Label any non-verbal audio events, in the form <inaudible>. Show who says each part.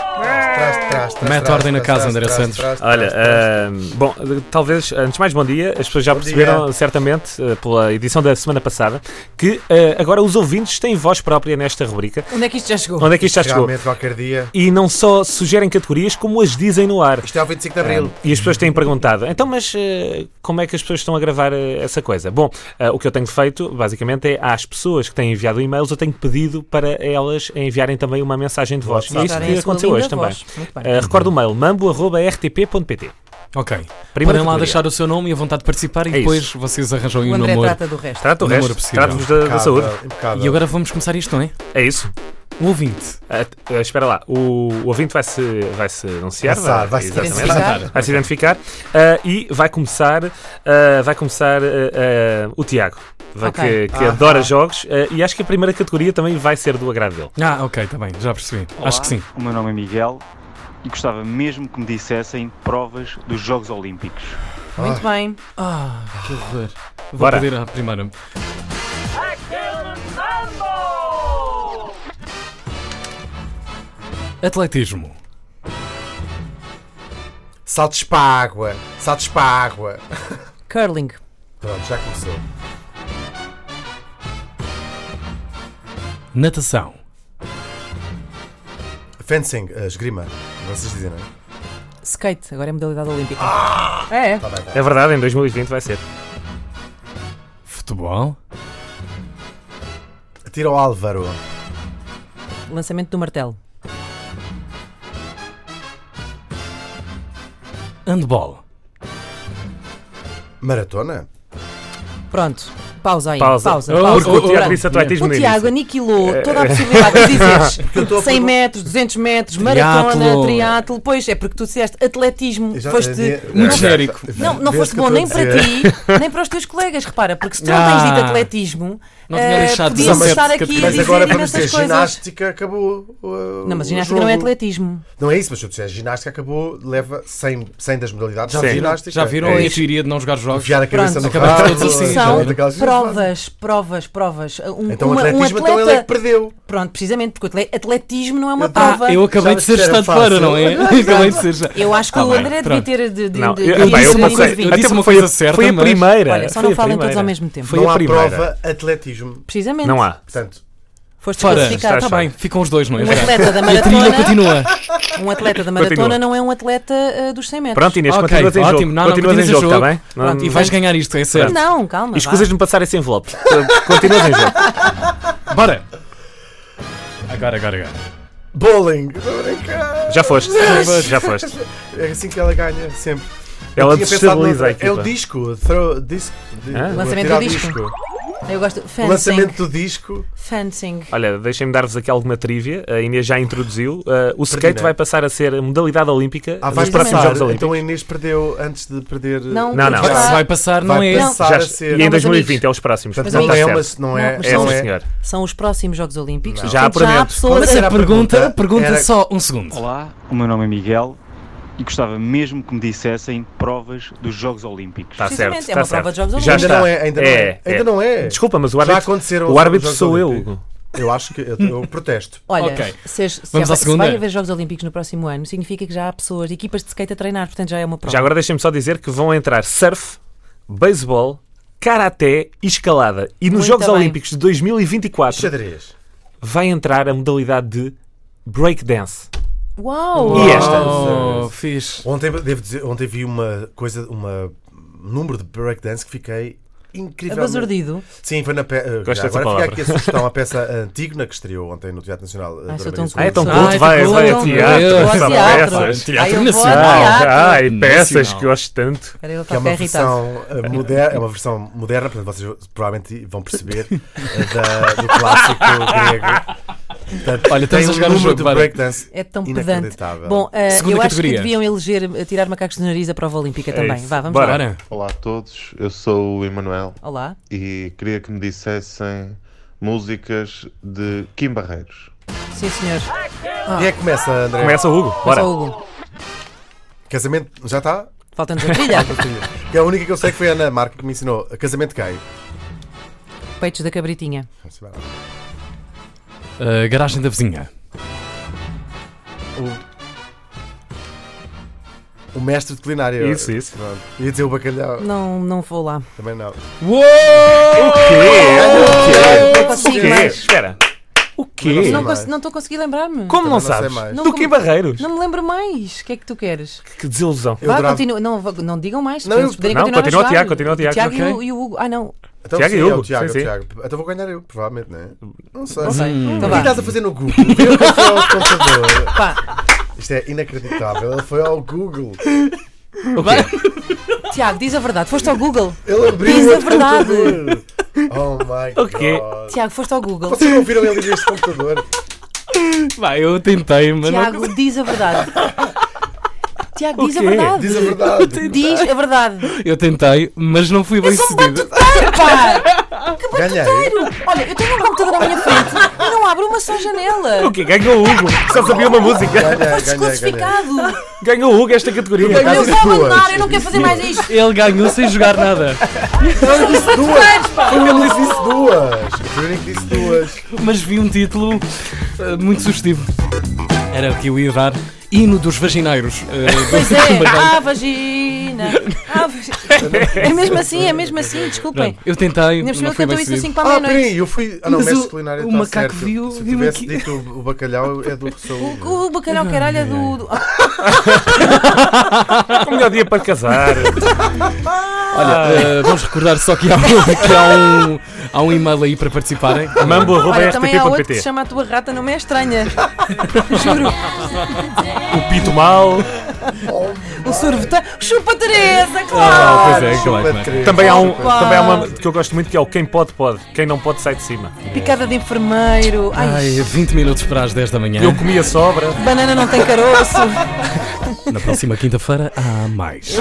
Speaker 1: trás, trás, trás,
Speaker 2: Mete
Speaker 1: trás,
Speaker 2: ordem na
Speaker 1: trás,
Speaker 2: casa, André
Speaker 1: trás,
Speaker 2: Santos.
Speaker 1: trás, trás,
Speaker 3: Olha,
Speaker 1: trás, trás.
Speaker 3: ahm, bom, eh, talvez, antes de mais, bom dia. As pessoas já
Speaker 1: Bom
Speaker 3: perceberam, certamente, eh, pela edição da semana passada, que eh, agora os ouvintes têm voz própria nesta rubrica.
Speaker 4: Onde é que isto já chegou?
Speaker 3: Onde é que isto já chegou?
Speaker 1: Realmente, qualquer dia.
Speaker 3: E não só sugerem categorias, como as dizem no ar.
Speaker 1: Isto é o 25 de Abril.
Speaker 3: E as pessoas têm perguntado, então, mas eh, como é que as pessoas estão a gravar eh, essa coisa? Bom, eh, o que eu tenho feito, basicamente, é às pessoas que têm enviado e-mails, eu tenho pedido para elas enviarem também uma mensagem de voz. E é isto
Speaker 4: Estarem
Speaker 3: que
Speaker 4: a sua
Speaker 3: aconteceu
Speaker 4: linda
Speaker 3: hoje também.
Speaker 4: voz. Muito bem.
Speaker 3: Eh, recordo o mail, mambo.rtp.pt.
Speaker 2: Ok.
Speaker 3: Primeira
Speaker 2: Podem lá
Speaker 3: categoria.
Speaker 2: deixar o seu nome e a vontade de participar e
Speaker 3: É
Speaker 2: depois
Speaker 3: isso.
Speaker 2: vocês arranjam aí
Speaker 4: O
Speaker 2: um
Speaker 4: André
Speaker 2: namoro.
Speaker 4: trata do resto.
Speaker 3: Trata o
Speaker 2: Namoro
Speaker 3: resto,
Speaker 2: possível.
Speaker 3: trata-vos da, da saúde.
Speaker 1: Impecável, impecável.
Speaker 2: E agora vamos começar isto, não é?
Speaker 3: É isso.
Speaker 2: Um ouvinte.
Speaker 3: Ah, t- ah, espera lá, o, o ouvinte vai se, vai se anunciar,
Speaker 1: Passar, vai assim. se
Speaker 3: exatamente.
Speaker 4: identificar.
Speaker 3: Vai se identificar, ah, e vai começar, ah, vai começar ah, ah, o Tiago, vai-
Speaker 4: Ok.
Speaker 3: que, que
Speaker 1: Ah.
Speaker 3: adora jogos, ah, e acho que a primeira categoria também vai ser do agrado dele.
Speaker 2: Ah, ok, está bem, já percebi.
Speaker 5: Olá,
Speaker 2: Acho que sim.
Speaker 5: O meu nome é Miguel e gostava mesmo que me dissessem provas dos Jogos Olímpicos.
Speaker 4: Muito bem.
Speaker 2: Ah, que horror. Vou
Speaker 3: Bora.
Speaker 2: pedir à primeira. Atletismo.
Speaker 1: Saltos para a água. Saltos para a água.
Speaker 4: Curling.
Speaker 1: Pronto, já começou.
Speaker 2: Natação.
Speaker 1: Fencing, eh, esgrima. Vocês dizem, não é?
Speaker 4: Skate. Agora é modalidade olímpica. É.
Speaker 1: Tá bem, tá
Speaker 3: É verdade, em 2020 vai ser.
Speaker 2: Futebol.
Speaker 1: bem. Tira o Álvaro.
Speaker 4: Lançamento do martelo.
Speaker 2: Handball.
Speaker 1: Maratona?
Speaker 4: Pronto. Pausa aí.
Speaker 3: Pausa.
Speaker 4: Pausa.
Speaker 2: Oh,
Speaker 4: pausa.
Speaker 3: Porque o
Speaker 2: oh,
Speaker 3: Tiago
Speaker 2: oh,
Speaker 3: disse
Speaker 2: oh,
Speaker 3: atletismo
Speaker 4: O
Speaker 3: no
Speaker 4: Tiago
Speaker 3: início.
Speaker 4: aniquilou toda a possibilidade de
Speaker 1: eu estou a
Speaker 4: dizeres 100
Speaker 1: pergun-
Speaker 4: metros, 200 metros, maratona,
Speaker 2: Triatlo.
Speaker 4: triatlo. Pois é, porque tu disseste atletismo.
Speaker 1: Eu já-
Speaker 4: Foste.
Speaker 1: eh,
Speaker 2: Muito
Speaker 1: já-
Speaker 2: genérico.
Speaker 1: já-
Speaker 4: Não, não
Speaker 1: vês
Speaker 4: foste
Speaker 1: que eu
Speaker 4: bom
Speaker 1: estou a
Speaker 4: nem para
Speaker 1: dizer.
Speaker 4: ti, nem para os teus colegas, repara, porque se tu não
Speaker 2: Ah.
Speaker 4: tens dito atletismo,
Speaker 2: Não tinha
Speaker 4: eh,
Speaker 2: lixado
Speaker 4: podíamos
Speaker 2: 17
Speaker 4: estar aqui a
Speaker 2: categorias.
Speaker 4: dizer
Speaker 1: Mas agora vamos dizer
Speaker 4: imensas coisas.
Speaker 1: ginástica acabou. uh,
Speaker 4: Não, mas
Speaker 1: o
Speaker 4: ginástica não é
Speaker 1: jogo.
Speaker 4: atletismo.
Speaker 1: Não é isso, mas se eu disser ginástica acabou, leva 100, 100 das modalidades.
Speaker 3: Já
Speaker 1: de
Speaker 3: viram?
Speaker 1: ginástica.
Speaker 2: Já viram
Speaker 1: É
Speaker 2: a
Speaker 1: isso.
Speaker 2: teoria de não jogar jogos?
Speaker 1: Enfiar a cabeça
Speaker 4: Pronto.
Speaker 1: no
Speaker 2: Acabamos
Speaker 1: rabo,
Speaker 2: todos assim,
Speaker 1: eh,
Speaker 2: já
Speaker 4: São
Speaker 2: viram?
Speaker 1: daquelas coisas.
Speaker 4: provas, provas, provas. Um,
Speaker 1: Então o
Speaker 4: uma- um
Speaker 1: atletismo, então ele é que
Speaker 4: atleta-
Speaker 1: perdeu.
Speaker 4: Pronto, precisamente, porque atle- atletismo não é uma
Speaker 1: Eu tava-
Speaker 4: prova.
Speaker 2: Ah, Eu acabei de ser
Speaker 1: Já
Speaker 2: estado
Speaker 1: era fácil.
Speaker 2: fora, não <laughs> é? Acabei de ser já.
Speaker 4: Eu acho que
Speaker 2: Ah,
Speaker 4: o
Speaker 2: bem,
Speaker 4: André devia
Speaker 2: pronto.
Speaker 4: ter de, de,
Speaker 3: Não,
Speaker 4: de-
Speaker 3: eu,
Speaker 4: de-
Speaker 3: pá,
Speaker 2: disse
Speaker 3: eu
Speaker 4: de-
Speaker 2: uma
Speaker 3: passei.
Speaker 2: coisa- eu
Speaker 3: até
Speaker 2: disse
Speaker 3: porque
Speaker 2: uma
Speaker 3: foi a-
Speaker 2: coisa certa, é?
Speaker 3: Foi a
Speaker 2: mas-
Speaker 3: primeira.
Speaker 4: Olha, só
Speaker 3: foi a
Speaker 4: não falem
Speaker 3: primeira.
Speaker 4: todos ao mesmo tempo.
Speaker 2: Foi
Speaker 1: Não
Speaker 2: a
Speaker 1: há
Speaker 2: primeira.
Speaker 1: prova atletismo.
Speaker 4: Precisamente.
Speaker 3: Não há.
Speaker 1: Portanto,
Speaker 4: Foste
Speaker 2: Fora.
Speaker 4: classificado. tá
Speaker 2: Está
Speaker 3: Está
Speaker 2: bem, ficam os dois, não é?
Speaker 4: Um atleta da
Speaker 2: E a trilha
Speaker 4: maratona,
Speaker 2: continua.
Speaker 4: um atleta da maratona
Speaker 3: Continua.
Speaker 4: não é um atleta ah, dos 100 metros.
Speaker 3: Pronto, Inês,
Speaker 2: Ok,
Speaker 3: continuas em jogo.
Speaker 2: ótimo. Não, não,
Speaker 3: continuas em
Speaker 2: continuas em
Speaker 3: jogo, está
Speaker 2: jogo.
Speaker 3: bem? Não-
Speaker 2: E vais ganhar isto, é certo.
Speaker 4: Não, calma.
Speaker 3: Escusas de me passar esse envelope. <laughs> continuas em jogo.
Speaker 2: Bora! Agora, agora, agora.
Speaker 1: bowling. Estou a brincar.
Speaker 3: Já foste. Já foste.
Speaker 1: É assim que ela ganha, sempre. Eu
Speaker 3: Ela
Speaker 1: tinha pensado
Speaker 3: destabiliza
Speaker 1: noutra.
Speaker 3: a equipa.
Speaker 1: É o disco. Throw, disco de-
Speaker 3: Hã?
Speaker 4: Lançamento
Speaker 1: tirar
Speaker 4: do disco. vá. Eu gosto.
Speaker 1: O
Speaker 4: Fencing.
Speaker 1: lançamento do disco.
Speaker 4: Fencing.
Speaker 3: Olha, deixem-me dar-vos aqui alguma trivia. A Inês já introduziu. Uh, o skate
Speaker 1: Perdida.
Speaker 3: vai passar a ser a modalidade olímpica
Speaker 1: Ah,
Speaker 3: dos
Speaker 1: vai
Speaker 4: Exatamente.
Speaker 3: próximos
Speaker 1: passar.
Speaker 3: Jogos Olímpicos.
Speaker 1: Então a Inês perdeu antes de perder.
Speaker 4: Não,
Speaker 3: Não, não.
Speaker 4: porque
Speaker 2: Se
Speaker 4: está-
Speaker 2: vai passar, não
Speaker 1: vai
Speaker 2: é esse.
Speaker 1: passar
Speaker 3: Já-
Speaker 1: a ser.
Speaker 3: E em
Speaker 4: Não, mas
Speaker 3: 2020
Speaker 4: amigos.
Speaker 3: é os próximos.
Speaker 1: Portanto,
Speaker 3: Portanto,
Speaker 1: não, é
Speaker 3: está
Speaker 1: uma,
Speaker 3: certo.
Speaker 1: não é.
Speaker 4: Não, mas
Speaker 3: É,
Speaker 1: não
Speaker 3: sim,
Speaker 1: é-
Speaker 3: senhor.
Speaker 4: São os próximos Jogos Olímpicos.
Speaker 1: Não.
Speaker 3: Já
Speaker 4: portanto, já há
Speaker 3: apuramento.
Speaker 4: pessoas
Speaker 2: Mas
Speaker 1: Era
Speaker 2: a
Speaker 1: a
Speaker 2: pergunta,
Speaker 1: pergunta,
Speaker 2: pergunta
Speaker 1: era-
Speaker 2: só um segundo.
Speaker 5: Olá, o meu nome é Miguel e gostava mesmo que me dissessem provas dos Jogos Olímpicos.
Speaker 2: Tá
Speaker 3: Está certo.
Speaker 4: Precisamente,
Speaker 3: está
Speaker 4: é uma prova
Speaker 3: certo.
Speaker 4: de Jogos
Speaker 3: já
Speaker 1: ainda
Speaker 3: está.
Speaker 1: não é. Ainda não é. Ainda não é.
Speaker 3: Desculpa, mas o
Speaker 1: Já
Speaker 3: árbitro,
Speaker 1: aconteceram
Speaker 3: o
Speaker 1: os
Speaker 3: árbitro
Speaker 1: Jogos
Speaker 3: sou eu.
Speaker 1: Olímpicos.
Speaker 3: Hugo.
Speaker 1: Eu acho que. Eu, eu protesto.
Speaker 4: Olha,
Speaker 2: Ok.
Speaker 4: se, as- se,
Speaker 2: Vamos
Speaker 4: há-
Speaker 2: à
Speaker 4: se
Speaker 2: segunda?
Speaker 4: vai haver Jogos Olímpicos no próximo ano, significa que já há pessoas, de equipas de skate a treinar, portanto já é uma prova.
Speaker 3: Já agora deixem-me só dizer que vão entrar surf, beisebol, karaté e escalada. E nos
Speaker 4: Muito
Speaker 3: Jogos
Speaker 4: bem.
Speaker 3: Olímpicos de 2024
Speaker 1: Xadrez.
Speaker 3: vai entrar a modalidade de breakdance.
Speaker 4: Uau!
Speaker 3: E esta?
Speaker 2: Oh, fixe.
Speaker 1: Ontem, devo dizer, ontem vi uma coisa, uma um número de breakdance que fiquei incrivelmente.
Speaker 4: Abazurdido.
Speaker 1: Sim, foi na peça.
Speaker 3: Gosto dessa
Speaker 1: Agora fica
Speaker 3: palavra.
Speaker 1: aqui a sugestão, a peça Antígona que estreou ontem no Teatro Nacional. eh,
Speaker 4: Ai,
Speaker 1: de
Speaker 4: sou
Speaker 1: Armênia
Speaker 4: tão
Speaker 1: Sul.
Speaker 3: Ah, é tão
Speaker 4: Ah,
Speaker 3: culto,
Speaker 2: é
Speaker 3: vai,
Speaker 2: tão
Speaker 3: vai a
Speaker 2: culto.
Speaker 3: teatro,
Speaker 2: Meu
Speaker 4: Vou ao
Speaker 2: Sabe,
Speaker 4: teatro.
Speaker 3: peças.
Speaker 4: Ai, eu vou ao
Speaker 2: nacional.
Speaker 4: teatro.
Speaker 3: Ah, e peças
Speaker 2: Nacional.
Speaker 3: que gosto tanto.
Speaker 4: Espera, ele
Speaker 1: Que é
Speaker 4: está a
Speaker 1: uma
Speaker 4: ficar irritado.
Speaker 1: versão, eh, moderna, é uma versão moderna, portanto vocês provavelmente vão perceber, eh, da- do clássico grego. Portanto,
Speaker 2: Olha,
Speaker 1: tem
Speaker 2: estamos a
Speaker 1: um
Speaker 2: jogar um
Speaker 1: número
Speaker 2: jogo,
Speaker 1: de
Speaker 2: bora.
Speaker 1: breakdance
Speaker 4: É tão pedante.
Speaker 1: inacreditável.
Speaker 4: Bom, ah,
Speaker 2: Segunda
Speaker 4: eu acho
Speaker 2: categoria.
Speaker 4: que deviam eleger ah, tirar macacos do nariz a prova olímpica
Speaker 3: É
Speaker 4: também.
Speaker 3: isso.
Speaker 4: Vá, vamos
Speaker 3: Bora.
Speaker 4: lá.
Speaker 2: Bora.
Speaker 6: Olá a todos, eu sou o Emanuel
Speaker 4: Olá.
Speaker 6: e queria que me dissessem músicas de Kim Barreiros.
Speaker 4: Sim, senhor. Ah.
Speaker 1: Quem é que começa, André?
Speaker 3: Começa o Hugo,
Speaker 4: Bora.
Speaker 3: bora.
Speaker 4: Sou Hugo.
Speaker 1: Casamento, já está?
Speaker 4: Falta-nos a
Speaker 3: <laughs>
Speaker 4: trilha.
Speaker 1: Que é a única que eu sei que foi a Ana Marco que me ensinou. Casamento gay.
Speaker 4: Peitos da cabritinha.
Speaker 2: Uh, garagem da vizinha.
Speaker 1: o mestre de culinária.
Speaker 3: Isso, isso.
Speaker 1: Pronto. Ia dizer o bacalhau.
Speaker 4: Não, não vou lá.
Speaker 1: Também não.
Speaker 2: Uou!
Speaker 3: O quê?
Speaker 4: Não consigo
Speaker 3: O quê?
Speaker 4: mais.
Speaker 3: Espera. O quê?
Speaker 1: sei
Speaker 4: Não
Speaker 1: mais.
Speaker 4: cons- não estou a conseguir lembrar-me.
Speaker 1: Também
Speaker 3: Como não
Speaker 1: não sei
Speaker 3: sabes?
Speaker 1: mais.
Speaker 4: Não
Speaker 3: Do que
Speaker 4: como-
Speaker 3: Barreiros?
Speaker 4: Não me lembro mais. O que é que tu queres?
Speaker 3: Que desilusão.
Speaker 1: Eu
Speaker 4: Vá,
Speaker 1: adorava-
Speaker 4: continua. Não, vá- não digam mais.
Speaker 1: Não,
Speaker 4: para eles
Speaker 1: eu-
Speaker 4: poderem
Speaker 3: Não,
Speaker 4: continuar a
Speaker 3: continua o
Speaker 4: jogar.
Speaker 3: Tiago, continua o Tiago,
Speaker 4: e o-
Speaker 3: ok.
Speaker 4: e o Hugo. Ah, não.
Speaker 1: Então,
Speaker 3: Tiago e
Speaker 1: sim, é
Speaker 3: Hugo,
Speaker 1: o Tiago, é o
Speaker 3: sim, Hum. sim.
Speaker 1: Tiago. Então vou ganhar eu, provavelmente, não é? Não sei.
Speaker 4: Não sei. Então
Speaker 1: O que
Speaker 4: vá.
Speaker 1: estás a fazer no Google? Eu que fui ao computador.
Speaker 4: Pá,
Speaker 1: Isto é inacreditável. Ele foi ao Google.
Speaker 3: O quê?
Speaker 4: Tiago, diz a verdade. Foste ao Google.
Speaker 1: Ele abriu
Speaker 4: Diz a
Speaker 1: outro
Speaker 4: verdade.
Speaker 1: computador. Oh my
Speaker 3: Ok.
Speaker 1: god.
Speaker 4: Tiago, foste ao Google.
Speaker 1: Vocês não viram ele abrir este computador?
Speaker 2: Vai, eu tentei, mas não
Speaker 4: Tiago, diz a verdade. Tiago, diz a
Speaker 3: quê?
Speaker 4: verdade.
Speaker 1: Diz a verdade.
Speaker 4: Diz a verdade.
Speaker 1: <laughs>
Speaker 2: Eu tentei, mas não fui bem
Speaker 4: um
Speaker 2: sucedido.
Speaker 4: Pá,
Speaker 1: Ganhei.
Speaker 4: olha, eu tenho um computador à minha frente e não abro uma só janela.
Speaker 3: O quê? Ganhou o Hugo. Só sabia uma música.
Speaker 1: Ganhei, ganhei,
Speaker 4: Foste
Speaker 1: ganhei.
Speaker 4: desclassificado.
Speaker 3: Ganhou o Hugo esta categoria.
Speaker 4: Eu
Speaker 1: Ganhei
Speaker 4: vou abandonar,
Speaker 1: duas.
Speaker 4: eu não quero fazer mais isto.
Speaker 2: Ele ganhou sem jogar nada.
Speaker 1: Não, eu disse duas. Foi ele que disse duas. Foi ele que disse duas.
Speaker 2: Mas vi um título eh, muito sugestivo. Era o que eu ia dar. Hino dos vagineiros. eh, do-
Speaker 4: Pois
Speaker 2: <laughs> mas
Speaker 4: é,
Speaker 2: não.
Speaker 4: ah, vagina.
Speaker 2: <laughs>
Speaker 4: Ah, vagina. É mesmo assim, é mesmo assim, desculpem.
Speaker 2: Eu tentei,
Speaker 4: Ainda por cima
Speaker 2: não
Speaker 4: ele
Speaker 2: foi bem
Speaker 4: cantou isso
Speaker 2: sucedido.
Speaker 4: assim para a
Speaker 1: Ah,
Speaker 4: meia-noite.
Speaker 1: peraí, eu fui. Ah, não,
Speaker 2: Mas
Speaker 1: mestre
Speaker 2: o-
Speaker 1: culinário
Speaker 2: o
Speaker 1: está
Speaker 2: macaco
Speaker 1: certo.
Speaker 2: viu-
Speaker 1: Se eu
Speaker 2: viu
Speaker 1: tivesse
Speaker 2: aqui.
Speaker 1: dito o o bacalhau é do Saúl.
Speaker 4: O, o bacalhau caralho é do. do- Ah,
Speaker 3: É O melhor dia para
Speaker 4: <laughs>
Speaker 3: casar.
Speaker 2: Olha, eh, vamos recordar só que há, um- que há um, há um e-mail aí para participarem.
Speaker 4: olha, também há outro que se
Speaker 3: mambo.rtp.pt
Speaker 4: chama a tua rata, não me é estranha. <laughs> Juro.
Speaker 3: O Pito Mal.
Speaker 4: O sorvetão. Chupa Teresa,
Speaker 2: Ah,
Speaker 4: claro.
Speaker 2: pois é, claro,
Speaker 1: Chupa né?
Speaker 2: claro.
Speaker 1: três.
Speaker 3: Também há, um,
Speaker 4: Claro.
Speaker 3: também há uma que eu gosto muito que é o Quem Pode Pode, Quem Não Pode Sai de Cima.
Speaker 4: Picada de enfermeiro. Ai,
Speaker 2: Ai, 20 minutos para as 10 da manhã.
Speaker 3: Eu comia sobra.
Speaker 4: banana não tem caroço.
Speaker 2: Na próxima quinta-feira há mais.